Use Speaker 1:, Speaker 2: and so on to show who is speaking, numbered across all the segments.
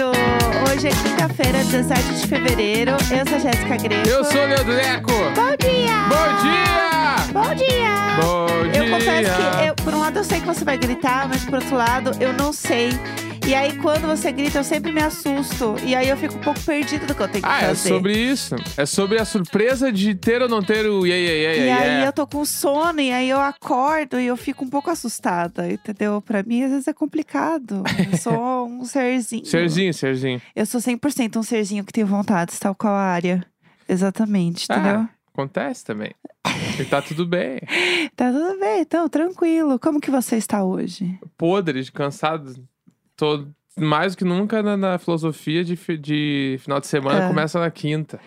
Speaker 1: Hoje é quinta-feira, 17 de fevereiro. Eu sou a Jéssica Greco.
Speaker 2: Eu sou o Leandro Neco.
Speaker 1: Bom dia!
Speaker 2: Bom dia!
Speaker 1: Bom dia!
Speaker 2: Bom dia!
Speaker 1: Eu confesso que, eu- por um lado, eu sei que você vai gritar, mas por outro lado, eu não sei. E aí, quando você grita, eu sempre me assusto. E aí, eu fico um pouco perdida do que eu tenho que
Speaker 2: Ah, é
Speaker 1: fazer.
Speaker 2: sobre isso. É sobre a surpresa de ter ou não ter o yeah, yeah, yeah,
Speaker 1: E
Speaker 2: yeah,
Speaker 1: aí, eu
Speaker 2: yeah.
Speaker 1: tô com sono, e aí eu acordo e eu fico um pouco assustada, entendeu? Pra mim, às vezes é complicado. Eu sou um serzinho.
Speaker 2: Serginho, Serginho.
Speaker 1: Eu sou 100% um serzinho que tem vontade, tal qual a área. Exatamente, entendeu?
Speaker 2: Ah, acontece também. E tá tudo bem.
Speaker 1: Tá tudo bem, então, tranquilo. Como que você está hoje?
Speaker 2: Podre, cansado. Tô mais do que nunca na, na filosofia de, fi- de final de semana.
Speaker 1: É.
Speaker 2: Começa na quinta.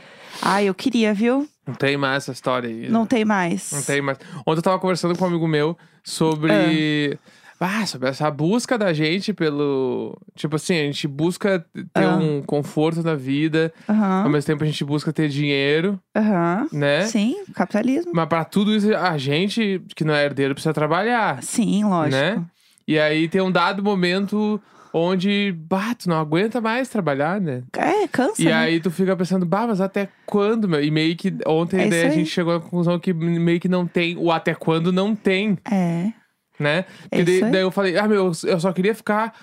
Speaker 1: Ah, eu queria, viu?
Speaker 2: Não tem mais essa história aí. né?
Speaker 1: Não tem mais.
Speaker 2: Não tem mais. Ontem eu tava conversando com um amigo meu sobre. Ah, sobre essa busca da gente pelo. Tipo assim, a gente busca ter
Speaker 1: Ah.
Speaker 2: um conforto na vida, ao
Speaker 1: Aham,
Speaker 2: mesmo tempo a gente busca ter dinheiro,
Speaker 1: aham.
Speaker 2: né?
Speaker 1: Sim, capitalismo.
Speaker 2: Mas pra tudo isso, a gente que não é herdeiro precisa trabalhar.
Speaker 1: Sim, lógico.
Speaker 2: Né? E aí tem um dado momento onde, bah, tu não aguenta mais trabalhar, né?
Speaker 1: É, cansa.
Speaker 2: E
Speaker 1: né?
Speaker 2: aí tu fica pensando, bah, mas até quando, meu? E meio que ontem
Speaker 1: É
Speaker 2: daí,
Speaker 1: isso
Speaker 2: a
Speaker 1: aí.
Speaker 2: gente chegou à conclusão que meio que não tem, o até quando não tem.
Speaker 1: É.
Speaker 2: né?
Speaker 1: É
Speaker 2: E daí,
Speaker 1: isso aí.
Speaker 2: daí eu falei, ah, meu, eu só queria ficar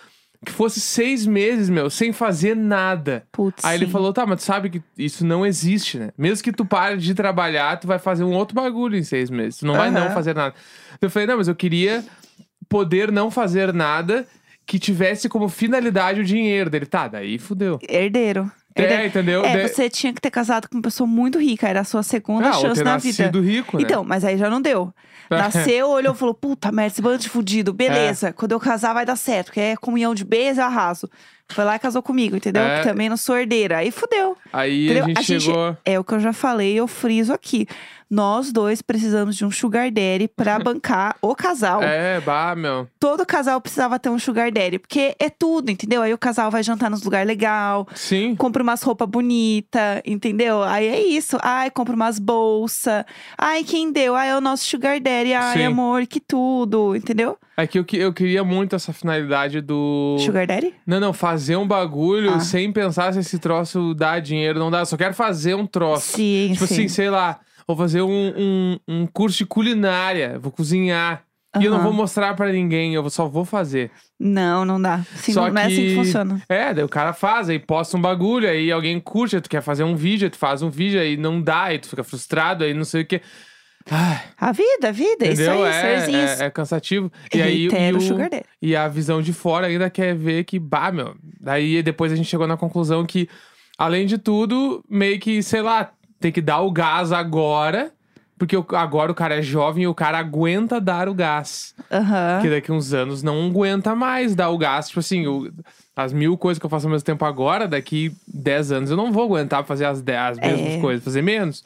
Speaker 2: que fosse seis meses, meu, sem fazer nada.
Speaker 1: Putz.
Speaker 2: Aí ele
Speaker 1: sim.
Speaker 2: falou, tá, mas tu sabe que isso não existe, né? Mesmo que tu pare de trabalhar, tu vai fazer um outro bagulho em seis meses. Tu não vai
Speaker 1: Aham.
Speaker 2: não fazer nada. Eu falei, não, mas eu queria poder não fazer nada que tivesse como finalidade o dinheiro dele. Tá, daí fudeu.
Speaker 1: Herdeiro.
Speaker 2: É,
Speaker 1: Herdeiro.
Speaker 2: entendeu?
Speaker 1: É,
Speaker 2: De-
Speaker 1: você tinha que ter casado com uma pessoa muito rica, era a sua segunda
Speaker 2: ah, ou
Speaker 1: chance
Speaker 2: ter
Speaker 1: na vida.
Speaker 2: nascido rico, né?
Speaker 1: Então, mas aí já não deu. Nasceu, olhou e falou: puta merda, esse bando de fudido, beleza.
Speaker 2: É.
Speaker 1: Quando eu casar vai dar certo, porque é comunhão de beis, eu arraso. Foi lá e casou comigo, entendeu?
Speaker 2: É.
Speaker 1: Que também não sou herdeira. Aí fudeu.
Speaker 2: Aí
Speaker 1: Entendeu?
Speaker 2: a gente chegou...
Speaker 1: É o que eu já falei, eu friso aqui. Nós dois precisamos de um sugar daddy pra bancar o casal.
Speaker 2: É, bah, meu.
Speaker 1: Todo casal precisava ter um sugar daddy, porque é tudo, entendeu? Aí o casal vai jantar nos lugar legal,
Speaker 2: Sim.
Speaker 1: compra umas roupas bonitas, entendeu? Aí é isso. Ai, compra umas bolsa. Ai, quem deu? Ai, é o nosso sugar daddy. Ai,
Speaker 2: Sim.
Speaker 1: amor, que tudo, entendeu?
Speaker 2: É que eu, que- eu queria muito essa finalidade do...
Speaker 1: Sugar daddy?
Speaker 2: Não, não, fazer um bagulho
Speaker 1: Ah.
Speaker 2: sem pensar se esse troço dá dinheiro ou não dá. Eu só quero fazer um troço.
Speaker 1: Sim,
Speaker 2: tipo
Speaker 1: sim.
Speaker 2: assim, sei lá, vou fazer um, um, um curso de culinária, vou cozinhar. E eu não
Speaker 1: Aham.
Speaker 2: vou mostrar pra ninguém, eu só vou fazer.
Speaker 1: Não, não dá. Sim,
Speaker 2: Só
Speaker 1: não é assim que
Speaker 2: que-
Speaker 1: funciona.
Speaker 2: É, daí o cara faz, aí posta um bagulho, aí alguém curte, aí tu quer fazer um vídeo, aí tu faz um vídeo, aí não dá, aí tu fica frustrado, aí não sei o quê. Ah,
Speaker 1: A vida, a vida, isso
Speaker 2: entendeu?
Speaker 1: aí,
Speaker 2: é,
Speaker 1: serzinhos.
Speaker 2: é, é cansativo. E aí e
Speaker 1: Reitero
Speaker 2: o,
Speaker 1: sugar daddy.
Speaker 2: E a visão de fora ainda quer ver que, bah, meu. Daí depois a gente chegou na conclusão que, além de tudo, meio que, sei lá, tem que dar o gás agora. Porque o- agora o cara é jovem e o cara aguenta dar o gás.
Speaker 1: Aham.
Speaker 2: Que daqui uns anos não aguenta mais dar o gás. Tipo assim, o- as mil coisas que eu faço ao mesmo tempo agora, daqui 10 anos eu não vou aguentar fazer as, dez- as mesmas
Speaker 1: É.
Speaker 2: coisas, fazer menos.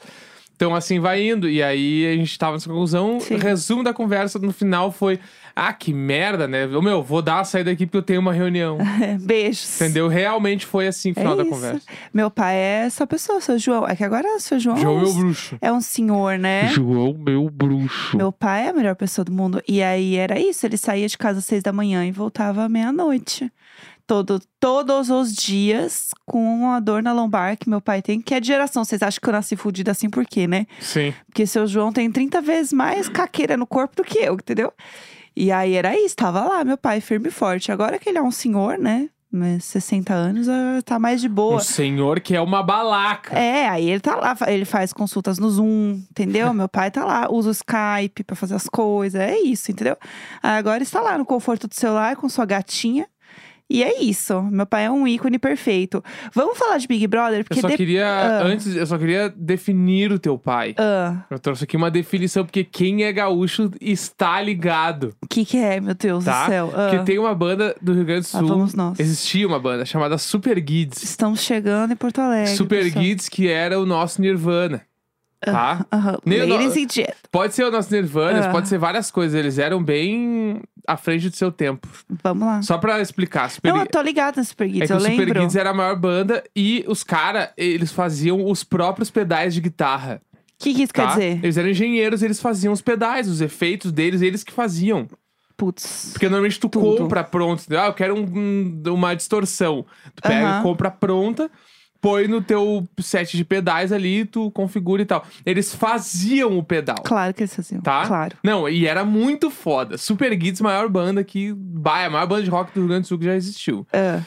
Speaker 2: Então assim vai indo. E aí a gente tava nessa conclusão.
Speaker 1: Sim.
Speaker 2: Resumo da conversa no final foi: ah, que merda, né? Ô, Meu, vou dar a saída aqui porque eu tenho uma reunião.
Speaker 1: É, Beijos.
Speaker 2: Entendeu? Realmente foi assim o
Speaker 1: É
Speaker 2: final da
Speaker 1: isso.
Speaker 2: conversa.
Speaker 1: Meu pai é essa pessoa, seu João. É que agora o seu João,
Speaker 2: João
Speaker 1: é,
Speaker 2: meu
Speaker 1: um,
Speaker 2: bruxo.
Speaker 1: é um senhor, né?
Speaker 2: João é meu bruxo.
Speaker 1: Meu pai é a melhor pessoa do mundo. E aí era isso, ele saía de casa às seis da manhã e voltava à meia-noite. Todo, todos os dias, com uma dor na lombar que meu pai tem, que é de geração. Vocês acham que eu nasci fudida assim por quê, né?
Speaker 2: Sim.
Speaker 1: Porque seu João tem 30 vezes mais caqueira no corpo do que eu, entendeu? E aí era isso, tava lá, meu pai, firme e forte. Agora que ele é um senhor, né? né, 60 anos, ah, tá mais de boa.
Speaker 2: Um senhor que é uma balaca.
Speaker 1: É, aí ele tá lá, fa- ele faz consultas no Zoom, entendeu? Meu pai tá lá, usa o Skype pra fazer as coisas, é isso, entendeu? Agora está lá no conforto do celular com sua gatinha. E é isso, meu pai é um ícone perfeito. Vamos falar de Big Brother,
Speaker 2: Eu
Speaker 1: porque
Speaker 2: só
Speaker 1: de-
Speaker 2: queria,
Speaker 1: Ah.
Speaker 2: antes, eu só queria definir o teu pai.
Speaker 1: Ah,
Speaker 2: Eu trouxe aqui uma definição, porque quem é gaúcho está ligado,
Speaker 1: o que que é, meu Deus
Speaker 2: tá?
Speaker 1: do céu? Ah,
Speaker 2: Porque tem uma banda do Rio Grande do
Speaker 1: lá
Speaker 2: Sul.
Speaker 1: vamos nós.
Speaker 2: Existia uma banda chamada Super Guides.
Speaker 1: Estamos chegando em Porto Alegre.
Speaker 2: Super
Speaker 1: pessoal.
Speaker 2: Guides, que era o nosso Nirvana. Tá?
Speaker 1: Aham,
Speaker 2: Nem o no-
Speaker 1: Ladies and Jet.
Speaker 2: Pode ser o nosso Nirvana,
Speaker 1: Ah.
Speaker 2: pode ser várias coisas. Eles eram bem à frente do seu tempo.
Speaker 1: Vamos lá.
Speaker 2: Só pra explicar, Super
Speaker 1: Não, eu
Speaker 2: Gui-
Speaker 1: tô ligada no Super
Speaker 2: É
Speaker 1: Kids,
Speaker 2: que
Speaker 1: eu
Speaker 2: o Super
Speaker 1: lembro.
Speaker 2: Guides era a maior banda e os caras, eles faziam os próprios pedais de guitarra.
Speaker 1: O que, que isso
Speaker 2: Tá?
Speaker 1: quer dizer?
Speaker 2: Eles eram engenheiros, eles faziam os pedais, os efeitos deles, eles que faziam.
Speaker 1: Putz.
Speaker 2: Porque normalmente tu
Speaker 1: Tudo.
Speaker 2: compra pronto. entendeu? Ah, eu quero um- um- uma distorção. Tu pega
Speaker 1: Aham.
Speaker 2: e compra pronta, põe no teu set de pedais ali, tu configura e tal. Eles faziam o pedal.
Speaker 1: Claro que eles faziam.
Speaker 2: Tá?
Speaker 1: Claro.
Speaker 2: Não, e era muito foda. Super Guides, maior banda que. Bah, é a maior banda de rock do Rio Grande do Sul que já existiu.
Speaker 1: Ah,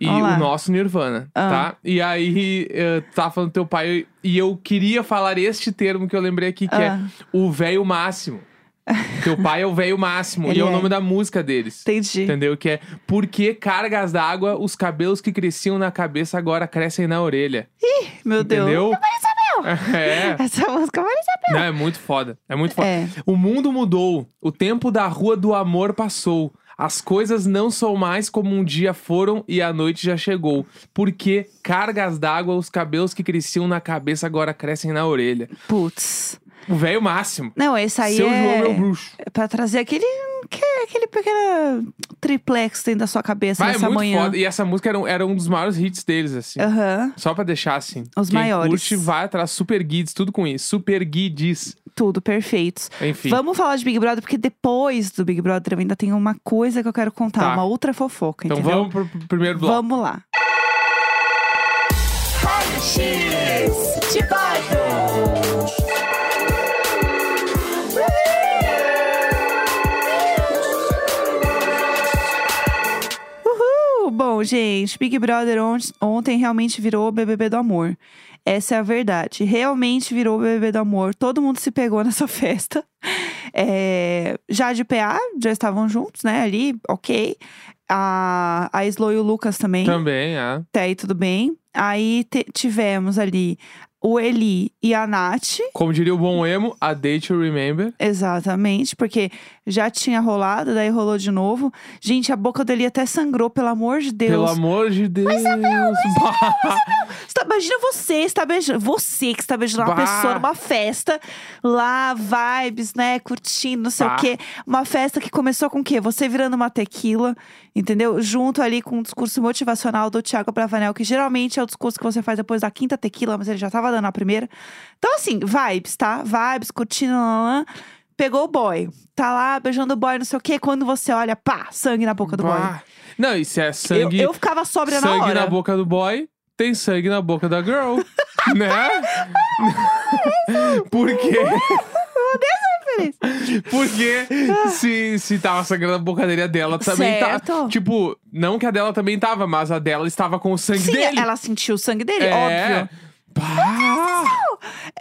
Speaker 2: E
Speaker 1: Olha lá.
Speaker 2: o nosso Nirvana,
Speaker 1: Ah.
Speaker 2: tá? E aí, eh, tu tava falando do teu pai, e eu queria falar este termo que eu lembrei aqui, que
Speaker 1: Ah.
Speaker 2: é o velho máximo. teu pai é o velho máximo,
Speaker 1: Ele
Speaker 2: e é, o
Speaker 1: é.
Speaker 2: nome da música deles.
Speaker 1: entendi.
Speaker 2: Entendeu? Que é por que cargas d'água os cabelos que cresciam na cabeça agora crescem na orelha.
Speaker 1: Meu Deus.
Speaker 2: Entendeu?
Speaker 1: Isabel!
Speaker 2: É.
Speaker 1: Essa música vai
Speaker 2: Não, é muito foda. É muito foda.
Speaker 1: É.
Speaker 2: O mundo mudou. O tempo da rua do amor passou. As coisas não são mais como um dia foram e a noite já chegou. Porque cargas d'água, os cabelos que cresciam na cabeça agora crescem na orelha.
Speaker 1: Putz.
Speaker 2: O velho máximo.
Speaker 1: Não, esse aí
Speaker 2: Seu João é o
Speaker 1: é...
Speaker 2: bruxo.
Speaker 1: é pra trazer aquele, que, aquele pequeno triplex dentro da sua cabeça
Speaker 2: Vai, é
Speaker 1: nessa
Speaker 2: muito
Speaker 1: manhã.
Speaker 2: foda. E essa música era um, era um dos maiores hits deles, assim.
Speaker 1: Aham,
Speaker 2: Só pra deixar assim.
Speaker 1: Os
Speaker 2: Quem
Speaker 1: maiores.
Speaker 2: curte, vai atrás. Super Guides, tudo com isso. Super Guides.
Speaker 1: tudo, perfeitos.
Speaker 2: Enfim.
Speaker 1: Vamos falar de Big Brother, porque depois do Big Brother eu ainda tenho uma coisa que eu quero contar,
Speaker 2: Tá.
Speaker 1: uma outra fofoca,
Speaker 2: então
Speaker 1: entendeu?
Speaker 2: vamos pro pro primeiro bloco.
Speaker 1: Vamos lá. Uhul! Bom, gente, Big Brother on- ontem realmente virou o BBB do amor. Essa é a verdade. Realmente virou o BBB do amor. Todo mundo se pegou nessa festa. É, já de PA, já estavam juntos, né? Ali, ok. A, a Slo e o Lucas também.
Speaker 2: Também, é.
Speaker 1: Até aí, tudo bem. Aí te- tivemos ali o Eli e a Nath.
Speaker 2: Como diria o bom emo, a Day to Remember.
Speaker 1: Exatamente, porque já tinha rolado, daí rolou de novo. Gente, a boca dele até sangrou, pelo amor de Deus.
Speaker 2: Pelo amor de Deus.
Speaker 1: Você tá- imagina você está beijando, você que está beijando uma
Speaker 2: Bah.
Speaker 1: pessoa numa festa, lá, vibes, né, curtindo, não sei
Speaker 2: Bah.
Speaker 1: o quê. Uma festa que começou com o quê? Você virando uma tequila, entendeu? Junto ali com o discurso motivacional do Thiago Bravanel, que geralmente é o discurso que você faz depois da quinta tequila, mas ele já tava dando a primeira. Então, assim, vibes, tá? Vibes, curtindo, lá, lá. Pegou o boy, tá lá beijando o boy, não sei o quê. Quando você olha, pá, sangue na boca do boy.
Speaker 2: Bah. Não, isso é
Speaker 1: Eu,
Speaker 2: sangue.
Speaker 1: eu ficava sóbria
Speaker 2: sangue
Speaker 1: na hora.
Speaker 2: boca do boy, tem sangue na boca da girl. né? Por quê?
Speaker 1: feliz.
Speaker 2: Porque se, se tava sangrando na boca dele, a dela também
Speaker 1: Certo.
Speaker 2: tá. Tipo, não que a dela também tava, mas a dela estava com o sangue
Speaker 1: Sim,
Speaker 2: dele.
Speaker 1: ela sentiu o sangue dele,
Speaker 2: é.
Speaker 1: óbvio.
Speaker 2: Pá,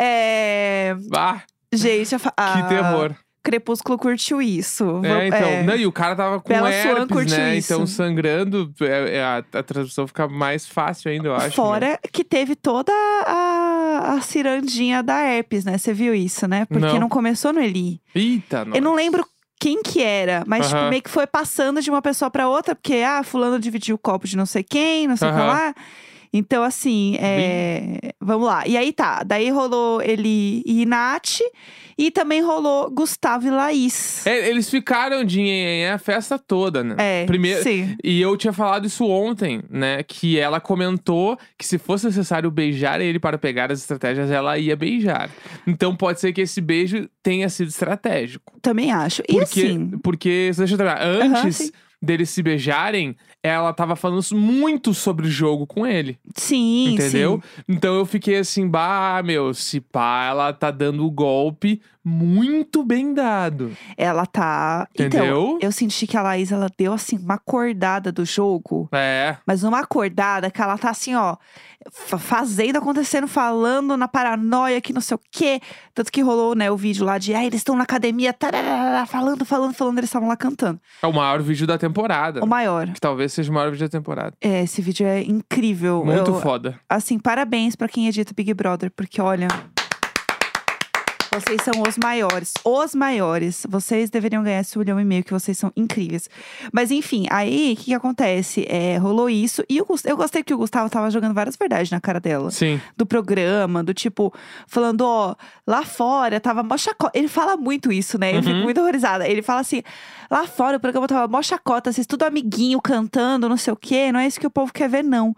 Speaker 1: É...
Speaker 2: Bah,
Speaker 1: Gente, a, fa- a-
Speaker 2: que terror.
Speaker 1: Crepúsculo curtiu isso. Vam-
Speaker 2: É, então. Não, e o cara tava com
Speaker 1: Bela Swan
Speaker 2: herpes,
Speaker 1: curtiu
Speaker 2: né?
Speaker 1: isso.
Speaker 2: Então, sangrando, é- é a, a transmissão fica mais fácil ainda, eu acho. né?
Speaker 1: Fora que teve toda a, a cirandinha da herpes, né? Você viu isso, né? Porque
Speaker 2: Não.
Speaker 1: não, começou no Eli.
Speaker 2: Eita, nossa.
Speaker 1: Eu não lembro quem que era, mas tipo,
Speaker 2: Aham.
Speaker 1: meio que foi passando de uma pessoa pra outra, porque, ah, fulano dividiu o copo de não sei quem, não sei o que
Speaker 2: Aham.
Speaker 1: lá. Então, assim, é, vamos lá. E aí tá, daí rolou Eli e Nath, e também rolou Gustavo e Laís. É,
Speaker 2: É, eles ficaram de nhenhenhé a festa toda, né? Primeiro.
Speaker 1: sim.
Speaker 2: E eu tinha falado isso ontem, né? Que ela comentou que se fosse necessário beijar ele para pegar as estratégias, ela ia beijar. Então pode ser que esse beijo tenha sido estratégico.
Speaker 1: Também acho. E
Speaker 2: Porque,
Speaker 1: assim,
Speaker 2: porque deixa eu terminar.
Speaker 1: Aham,
Speaker 2: Antes
Speaker 1: sim.
Speaker 2: deles se beijarem, ela tava falando muito sobre o jogo com ele.
Speaker 1: sim,
Speaker 2: entendeu?
Speaker 1: sim.
Speaker 2: Então eu fiquei assim, bah, meu, se pá, ela tá dando o golpe muito bem dado.
Speaker 1: Ela tá.
Speaker 2: Entendeu?
Speaker 1: Então, eu senti que a Laís, ela deu assim uma acordada do jogo.
Speaker 2: É.
Speaker 1: Mas uma acordada que ela tá assim, ó, fa- fazendo, acontecendo, falando na paranoia que não sei o quê. Tanto que rolou, né, o vídeo lá de, ah, eles estão na academia, tararara, falando, falando, falando, eles estavam lá cantando.
Speaker 2: É o maior vídeo da temporada.
Speaker 1: O maior.
Speaker 2: Que talvez seja o maior vídeo da temporada.
Speaker 1: É, esse vídeo é incrível.
Speaker 2: Muito
Speaker 1: Eu-
Speaker 2: foda.
Speaker 1: Assim, parabéns pra quem edita Big Brother, porque olha. Vocês são os maiores. Os maiores. Vocês deveriam ganhar esse milhão e meio, que vocês são incríveis. Mas enfim, aí o que, que acontece? É, rolou isso. E eu, gos- eu gostei que o Gustavo tava jogando várias verdades na cara dela.
Speaker 2: Sim.
Speaker 1: Do programa, do tipo, falando, ó, lá fora tava mó chacota. Ele fala muito isso, né? Eu fico
Speaker 2: Uhum.
Speaker 1: muito horrorizada. Ele fala assim: lá fora o programa tava mó chacota, vocês tudo amiguinho cantando, não sei o quê, não é isso que o povo quer ver, não.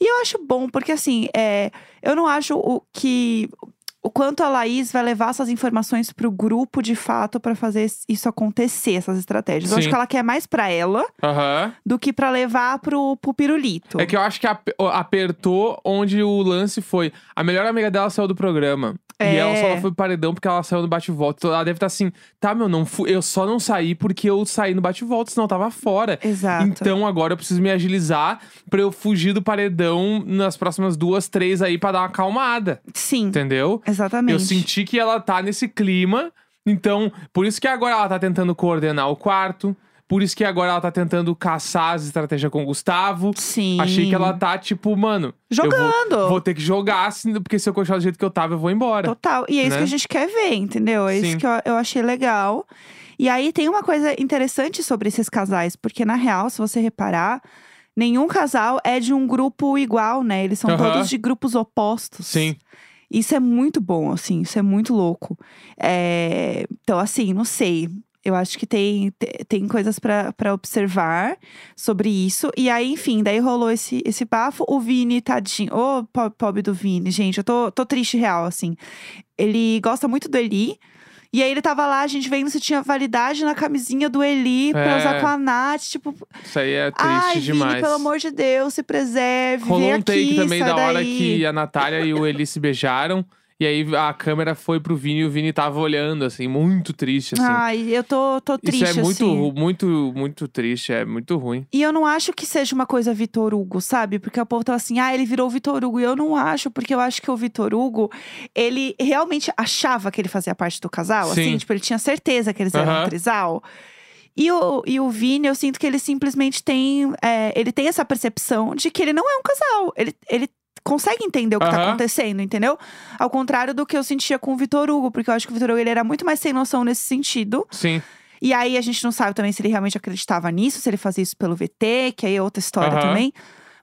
Speaker 1: E eu acho bom, porque assim, é, eu não acho o que. o o quanto a Laís vai levar essas informações pro grupo de fato pra fazer es- isso acontecer, essas estratégias. Eu acho
Speaker 2: Sim.
Speaker 1: que ela quer mais pra ela
Speaker 2: Aham.
Speaker 1: do que pra levar pro, pro pirulito.
Speaker 2: É que eu acho que ap- apertou onde o lance foi. A melhor amiga dela saiu do programa.
Speaker 1: É.
Speaker 2: E ela só foi pro paredão porque ela saiu no bate-volta. Então ela deve estar assim, tá, meu, não fu- eu só não saí porque eu saí no bate-volta, senão eu tava fora.
Speaker 1: Exato.
Speaker 2: Então agora eu preciso me agilizar pra eu fugir do paredão nas próximas duas, três aí pra dar uma acalmada.
Speaker 1: Sim,
Speaker 2: Entendeu?
Speaker 1: exatamente.
Speaker 2: Eu senti que ela tá nesse clima. Então, por isso que agora ela tá tentando coordenar o quarto. Por isso que agora ela tá tentando caçar as estratégias com o Gustavo.
Speaker 1: Sim.
Speaker 2: Achei que ela tá, tipo, mano. eu vou-
Speaker 1: Jogando.
Speaker 2: Vou, ter que jogar, assim, porque se eu continuar do jeito que eu tava, eu vou embora.
Speaker 1: Total. E é isso
Speaker 2: né?
Speaker 1: que a gente quer ver, entendeu? É
Speaker 2: Sim.
Speaker 1: isso que eu, eu achei legal. E aí tem uma coisa interessante sobre esses casais, porque na real, se você reparar, nenhum casal é de um grupo igual, né? Eles são
Speaker 2: Aham.
Speaker 1: todos de grupos opostos.
Speaker 2: Sim.
Speaker 1: Isso é muito bom, assim, isso é muito louco. É, Então, assim, não sei. Eu acho que tem, te- tem coisas pra pra observar sobre isso. E aí, enfim, daí rolou esse, esse bafo. O Vini, tadinho. Ô, po- pobre do Vini, gente. Eu tô, tô triste, real, assim. Ele gosta muito do Eli. E aí, ele tava lá, a gente vendo se tinha validade na camisinha do Eli pra
Speaker 2: É.
Speaker 1: usar com a Nath. Tipo,
Speaker 2: Isso aí é triste
Speaker 1: ai,
Speaker 2: demais.
Speaker 1: Vini, pelo amor de Deus, se preserve.
Speaker 2: Rolou
Speaker 1: vem
Speaker 2: um take
Speaker 1: aqui,
Speaker 2: também
Speaker 1: sai
Speaker 2: da hora
Speaker 1: daí.
Speaker 2: que a Natália e o Eli se beijaram. E aí a câmera foi pro Vini e o Vini tava olhando, assim, muito triste, assim.
Speaker 1: Ai, eu tô, tô Ah, triste,
Speaker 2: Isso é muito,
Speaker 1: assim.
Speaker 2: ru- muito, muito triste, é muito ruim.
Speaker 1: E eu não acho que seja uma coisa Vitor Hugo, sabe? Porque o povo tá assim, ah, ele virou Vitor Hugo. E eu não acho, porque eu acho que o Vitor Hugo, ele realmente achava que ele fazia parte do casal,
Speaker 2: Sim.
Speaker 1: assim, tipo, ele tinha certeza que eles eram
Speaker 2: Aham.
Speaker 1: um trisal. E o, e o Vini, eu sinto que ele simplesmente tem. é, ele tem essa percepção de que ele não é um casal. Ele, ele consegue entender o que tá
Speaker 2: Aham.
Speaker 1: acontecendo, entendeu? Ao contrário do que eu sentia com o Vitor Hugo, porque eu acho que o Vitor Hugo ele era muito mais sem noção nesse sentido.
Speaker 2: Sim.
Speaker 1: E aí a gente não sabe também se ele realmente acreditava nisso, se ele fazia isso pelo VT, que aí é outra história
Speaker 2: Aham.
Speaker 1: também.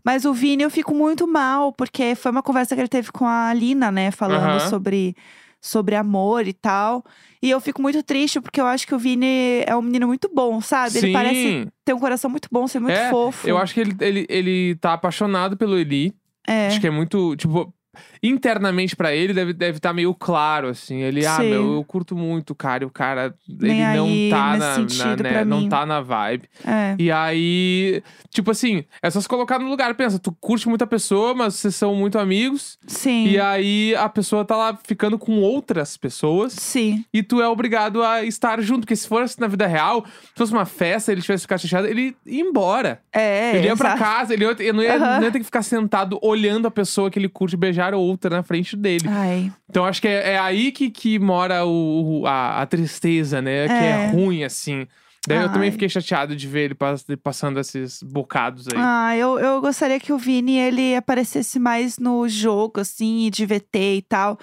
Speaker 1: Mas o Vini eu fico muito mal, porque foi uma conversa que ele teve com a Lina, né? Falando
Speaker 2: Aham.
Speaker 1: sobre, sobre amor e tal. E eu fico muito triste, porque eu acho que o Vini é um menino muito bom, sabe?
Speaker 2: Sim.
Speaker 1: Ele parece ter um coração muito bom, ser muito
Speaker 2: É,
Speaker 1: fofo.
Speaker 2: Eu acho que ele, ele, ele tá apaixonado pelo Eli.
Speaker 1: É.
Speaker 2: Acho que é muito, tipo, internamente pra ele deve deve tá meio claro assim. Ele, ah,
Speaker 1: Sim.
Speaker 2: meu, eu curto muito o cara, e o cara
Speaker 1: Nem
Speaker 2: ele
Speaker 1: aí,
Speaker 2: não tá
Speaker 1: nesse
Speaker 2: na,
Speaker 1: sentido,
Speaker 2: né,
Speaker 1: pra
Speaker 2: não
Speaker 1: mim.
Speaker 2: tá na vibe.
Speaker 1: é.
Speaker 2: E aí, tipo assim, é só se colocar no lugar, pensa, tu curte muita pessoa, mas vocês são muito amigos,
Speaker 1: Sim.
Speaker 2: e aí a pessoa tá lá ficando com outras pessoas
Speaker 1: Sim.
Speaker 2: e tu é obrigado a estar junto, porque se fosse na vida real, se fosse uma festa, ele tivesse ficado chateado, ele ia embora.
Speaker 1: É.
Speaker 2: Ele ia pra
Speaker 1: exato.
Speaker 2: casa, ele ia- não, ia,
Speaker 1: Aham.
Speaker 2: não ia ter que ficar sentado olhando a pessoa que ele curte beijar outra na frente dele.
Speaker 1: Ai.
Speaker 2: Então acho que é, é aí que, que mora o, o- a, a tristeza, né? Que é
Speaker 1: É.
Speaker 2: ruim, assim. Daí eu também
Speaker 1: Ai.
Speaker 2: fiquei chateado de ver ele pas- passando esses bocados aí.
Speaker 1: Ah, eu, eu gostaria que o Vini ele aparecesse mais no jogo, assim, e de VT e tal.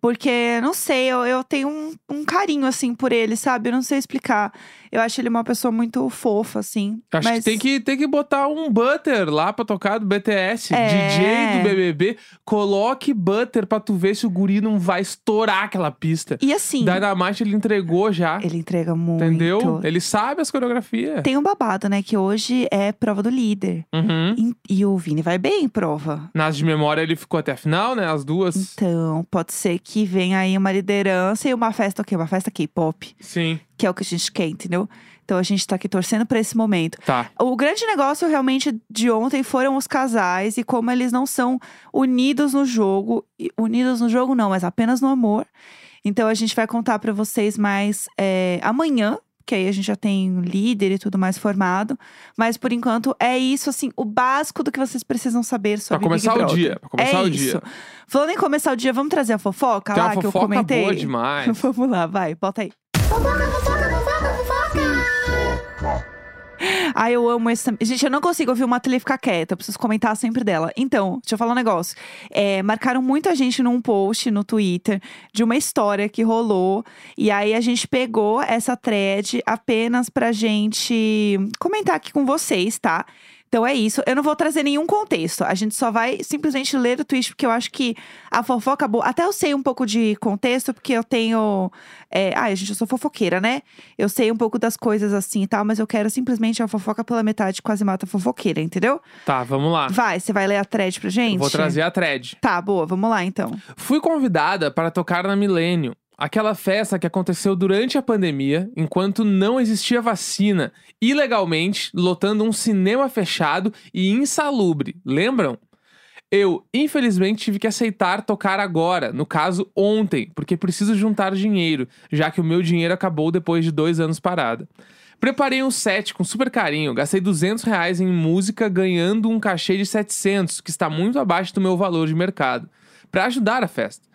Speaker 1: Porque, não sei, eu, eu tenho um, um carinho, assim, por ele, sabe? Eu não sei explicar. Eu acho ele uma pessoa muito fofa, assim.
Speaker 2: Acho
Speaker 1: mas...
Speaker 2: que tem, que tem que botar um Butter lá pra tocar do BTS,
Speaker 1: É.
Speaker 2: DJ do BBB. Coloque Butter pra tu ver se o guri não vai estourar aquela pista.
Speaker 1: E assim,
Speaker 2: Dynamite ele entregou já,
Speaker 1: ele entrega muito.
Speaker 2: entendeu? É. Ele sabe as coreografias.
Speaker 1: Tem um babado, né? Que hoje é prova do líder.
Speaker 2: Uhum.
Speaker 1: E, e o Vini vai bem em prova.
Speaker 2: Nas de memória ele ficou até a final, né? As duas.
Speaker 1: Então, pode ser que venha aí uma liderança e uma festa, o quê? Uma festa K-pop,
Speaker 2: Sim.
Speaker 1: que é o que a gente quer, entendeu? Então a gente tá aqui torcendo pra esse momento.
Speaker 2: Tá.
Speaker 1: O grande negócio realmente de ontem foram os casais e como eles não são unidos no jogo. E- Unidos no jogo, não, mas apenas no amor. Então a gente vai contar pra vocês mais é, amanhã, que aí a gente já tem líder e tudo mais formado. Mas por enquanto é isso, assim, o básico do que vocês precisam saber
Speaker 2: Pra
Speaker 1: sobre
Speaker 2: começar
Speaker 1: Big
Speaker 2: o
Speaker 1: Brother.
Speaker 2: dia. Pra começar
Speaker 1: é
Speaker 2: o
Speaker 1: isso.
Speaker 2: dia.
Speaker 1: Falando em começar o dia, vamos trazer a fofoca
Speaker 2: Tem
Speaker 1: lá
Speaker 2: uma
Speaker 1: que eu
Speaker 2: fofoca
Speaker 1: comentei.
Speaker 2: boa demais.
Speaker 1: Vamos lá, vai, bota aí. Ah, eu amo essa. Gente, eu não consigo ouvir uma trilha e ficar quieta. Eu preciso comentar sempre dela. Então, deixa eu falar um negócio. É, marcaram muita gente num post no Twitter de uma história que rolou. E aí a gente pegou essa thread apenas pra gente comentar aqui com vocês, tá? Então é isso. Eu não vou trazer nenhum contexto. A gente só vai simplesmente ler o tweet, porque eu acho que a fofoca boa. Até eu sei um pouco de contexto, porque eu tenho. É... Ai, gente, eu sou fofoqueira, né? Eu sei um pouco das coisas assim e tal, mas eu quero simplesmente a fofoca pela metade, quase mata a fofoqueira, entendeu?
Speaker 2: Tá, vamos lá.
Speaker 1: Vai, você vai ler a thread pra gente?
Speaker 2: Vou trazer a thread.
Speaker 1: Tá, boa, vamos lá então.
Speaker 2: Fui convidada para tocar na Milênio, aquela festa que aconteceu durante a pandemia, enquanto não existia vacina, ilegalmente, lotando um cinema fechado e insalubre. Lembram? Eu, infelizmente, tive que aceitar tocar agora, no caso ontem, porque preciso juntar dinheiro, já que o meu dinheiro acabou depois de dois anos parada. Preparei um set com super carinho, gastei 200 reais em música, ganhando um cachê de 700, que está muito abaixo do meu valor de mercado, para ajudar a festa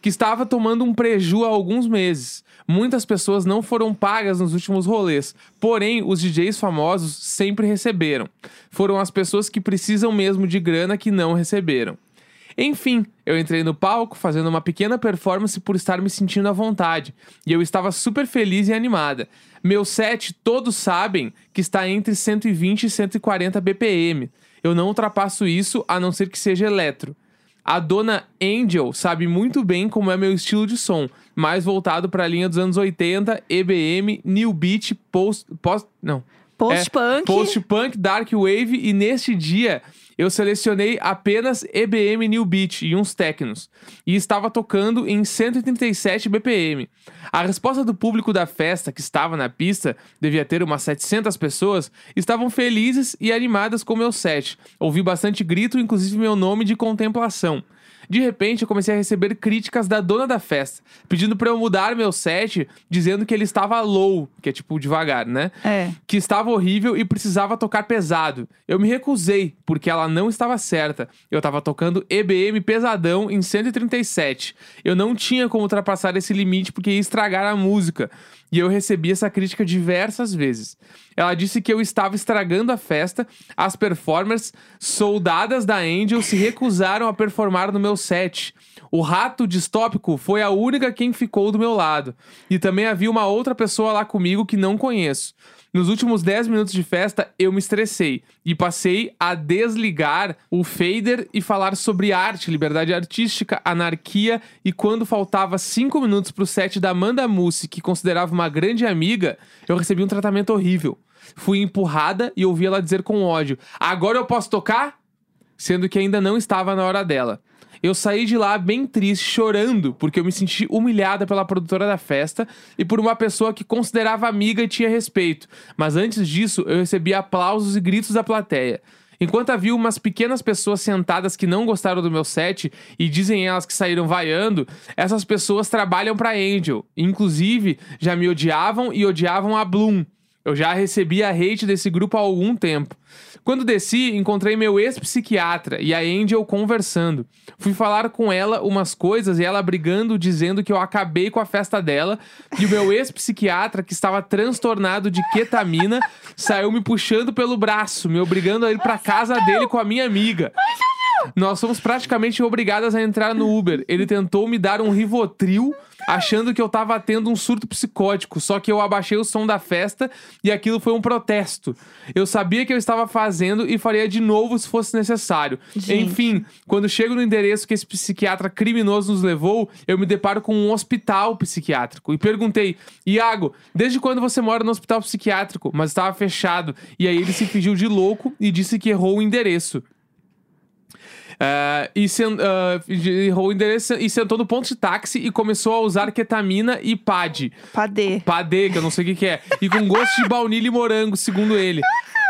Speaker 2: que estava tomando um preju há alguns meses. Muitas pessoas não foram pagas nos últimos rolês, porém os DJs famosos sempre receberam. Foram as pessoas que precisam mesmo de grana que não receberam. Enfim, eu entrei no palco fazendo uma pequena performance por estar me sentindo à vontade, e eu estava super feliz e animada. Meu set, todos sabem que está entre 120 e 140 BPM. Eu não ultrapasso isso a não ser que seja eletro. A dona Angel sabe muito bem como é meu estilo de som, mais voltado para a linha dos anos 80, EBM, new beat, post, post não,
Speaker 1: Post-punk.
Speaker 2: É, post-punk, dark wave e neste dia eu selecionei apenas EBM new beat e uns technos e estava tocando em 137 BPM. A resposta do público da festa que estava na pista, devia ter umas 700 pessoas, estavam felizes e animadas com meu set. Ouvi bastante grito, inclusive meu nome de contemplação. De repente, eu comecei a receber críticas da dona da festa, pedindo para eu mudar meu set, dizendo que ele estava low, que é tipo devagar, né?
Speaker 1: É.
Speaker 2: que estava horrível e precisava tocar pesado. Eu me recusei, porque ela não estava certa. Eu estava tocando EBM pesadão em 137. Eu não tinha como ultrapassar esse limite porque ia estragar a música. E eu recebi essa crítica diversas vezes. Ela disse que eu estava estragando a festa, as performers soldadas da Angel se recusaram a performar no meu set. O rato distópico foi a única quem ficou do meu lado. E também havia uma outra pessoa lá comigo que não conheço. Nos últimos 10 minutos de festa, eu me estressei e passei a desligar o fader e falar sobre arte, liberdade artística, anarquia. E quando faltava 5 minutos pro set da Amanda Mussi, que considerava uma grande amiga, eu recebi um tratamento horrível. Fui empurrada e ouvi ela dizer com ódio: Agora eu posso tocar? Sendo que ainda não estava na hora dela. Eu saí de lá bem triste, chorando, porque eu me senti humilhada pela produtora da festa e por uma pessoa que considerava amiga e tinha respeito. Mas antes disso, eu recebi aplausos e gritos da plateia. Enquanto havia umas pequenas pessoas sentadas que não gostaram do meu set e dizem elas que saíram vaiando, essas pessoas trabalham para Angel. Inclusive, já me odiavam e odiavam a Bloom. Eu já recebia hate desse grupo há algum tempo. Quando desci, encontrei meu ex-psiquiatra e a Angel conversando. Fui falar com ela umas coisas e ela brigando, dizendo que eu acabei com a festa dela. E o meu ex-psiquiatra, que estava transtornado de ketamina, saiu me puxando pelo braço, me obrigando a ir pra casa dele com a minha amiga. Nós fomos praticamente obrigadas a entrar no Uber. Ele tentou me dar um Rivotril, achando que eu tava tendo um surto psicótico. Só que eu abaixei o som da festa e aquilo foi um protesto. Eu sabia que eu estava fazendo e faria de novo se fosse necessário.
Speaker 1: Gente.
Speaker 2: Enfim, quando chego no endereço que esse psiquiatra criminoso nos levou, eu me deparo com um hospital psiquiátrico. E perguntei, Iago, desde quando você mora no hospital psiquiátrico? Mas estava fechado. E aí ele se fingiu de louco e disse que errou o endereço. Ah, e, sen- ah, de- errou o endereço e sentou no ponto de táxi e começou a usar ketamina e pad.
Speaker 1: Padê.
Speaker 2: Padê, que eu não sei o que, que é. E com gosto de baunilha e morango, segundo ele.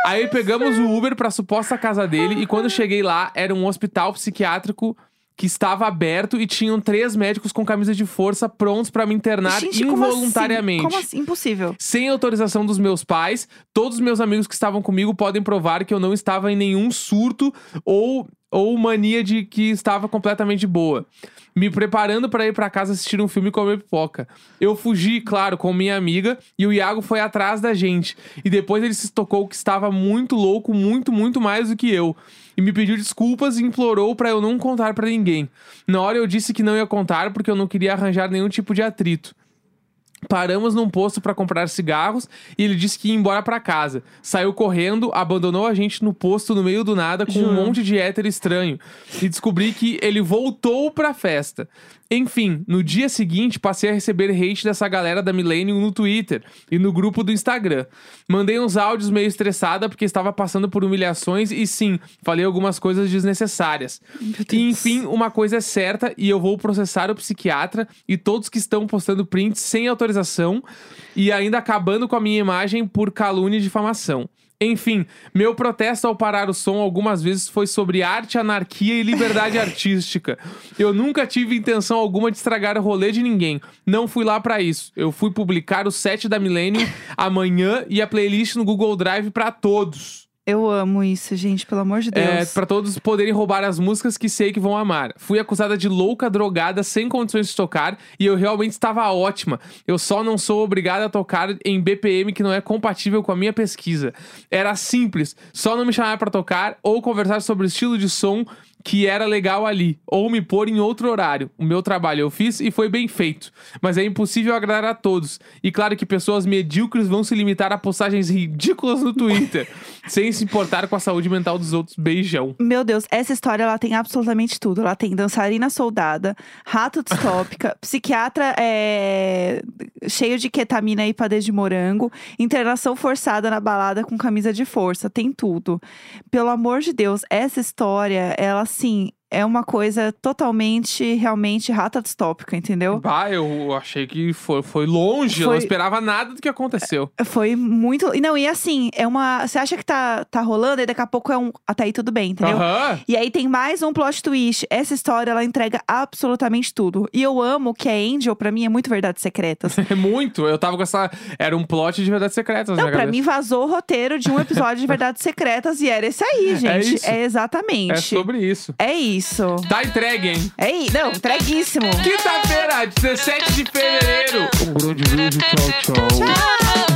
Speaker 2: Aí pegamos o Uber pra suposta casa dele e quando cheguei lá, era um hospital psiquiátrico que estava aberto e tinham três médicos com camisa de força prontos pra me internar
Speaker 1: Gente, como assim?
Speaker 2: involuntariamente.
Speaker 1: Como assim? Impossível.
Speaker 2: Sem autorização dos meus pais, todos os meus amigos que estavam comigo podem provar que eu não estava em nenhum surto ou, ou mania de que estava completamente boa. Me preparando para ir para casa assistir um filme e comer pipoca. Eu fugi, claro, com minha amiga e o Iago foi atrás da gente. E depois ele se tocou que estava muito louco, muito, muito mais do que eu. E me pediu desculpas e implorou para eu não contar para ninguém. Na hora eu disse que não ia contar porque eu não queria arranjar nenhum tipo de atrito. Paramos num posto pra comprar cigarros e ele disse que ia embora pra casa. Saiu correndo, abandonou a gente no posto no meio do nada com um
Speaker 1: Juro.
Speaker 2: monte de hétero estranho. E descobri que ele voltou pra festa. Enfim, no dia seguinte passei a receber hate dessa galera da Millennium no Twitter e no grupo do Instagram. Mandei uns áudios meio estressada porque estava passando por humilhações e sim, falei algumas coisas desnecessárias.
Speaker 1: Deus.
Speaker 2: E enfim, uma coisa é certa e eu vou processar o psiquiatra e todos que estão postando prints sem autorização e ainda acabando com a minha imagem por calúnia e difamação. Enfim, meu protesto ao parar o som algumas vezes foi sobre arte, anarquia e liberdade artística. Eu nunca tive intenção alguma de estragar o rolê de ninguém. Não fui lá pra isso. Eu fui publicar o set da Millennium amanhã e a playlist no Google Drive pra todos.
Speaker 1: Eu amo isso, gente, pelo amor de
Speaker 2: É,
Speaker 1: Deus.
Speaker 2: pra todos poderem roubar as músicas que sei que vão amar. Fui acusada de louca, drogada, sem condições de tocar, e eu realmente estava ótima. Eu só não sou obrigada a tocar em BPM que não é compatível com a minha pesquisa. Era simples, só não me chamar pra tocar ou conversar sobre o estilo de som que era legal ali, ou me pôr em outro horário. O meu trabalho eu fiz e foi bem feito, mas é impossível agradar a todos. E claro que pessoas medíocres vão se limitar a postagens ridículas no Twitter, sem se importar com a saúde mental dos outros. Beijão.
Speaker 1: Meu Deus, essa história ela tem absolutamente tudo. Ela tem dançarina soldada, rato distópica, psiquiatra é, cheio de ketamina e padê de morango, internação forçada na balada com camisa de força, tem tudo. Pelo amor de Deus, essa história, ela assim, é uma coisa totalmente, realmente rata distópica, entendeu?
Speaker 2: Bah, eu achei que foi, foi longe, eu não
Speaker 1: Foi-
Speaker 2: esperava nada do que aconteceu.
Speaker 1: Foi muito. e Não, e assim, é uma. Você acha que tá, tá rolando e daqui a pouco é um. Até aí tudo bem, entendeu?
Speaker 2: Aham.
Speaker 1: E aí tem mais um plot twist. Essa história, ela entrega absolutamente tudo. E eu amo que a Angel, pra mim, é muito verdades secretas.
Speaker 2: É muito. Eu tava com essa. Era um plot de verdades secretas,
Speaker 1: Não,
Speaker 2: né,
Speaker 1: Então, pra mim vazou o roteiro de um episódio de Verdades Secretas e era esse aí, gente.
Speaker 2: É isso.
Speaker 1: exatamente.
Speaker 2: É sobre isso.
Speaker 1: É isso.
Speaker 2: Tá entregue, hein?
Speaker 1: É isso. Não, entreguíssimo.
Speaker 2: Quinta-feira, 17 de fevereiro. Um grande beijo, tchau, tchau.
Speaker 1: Tchau!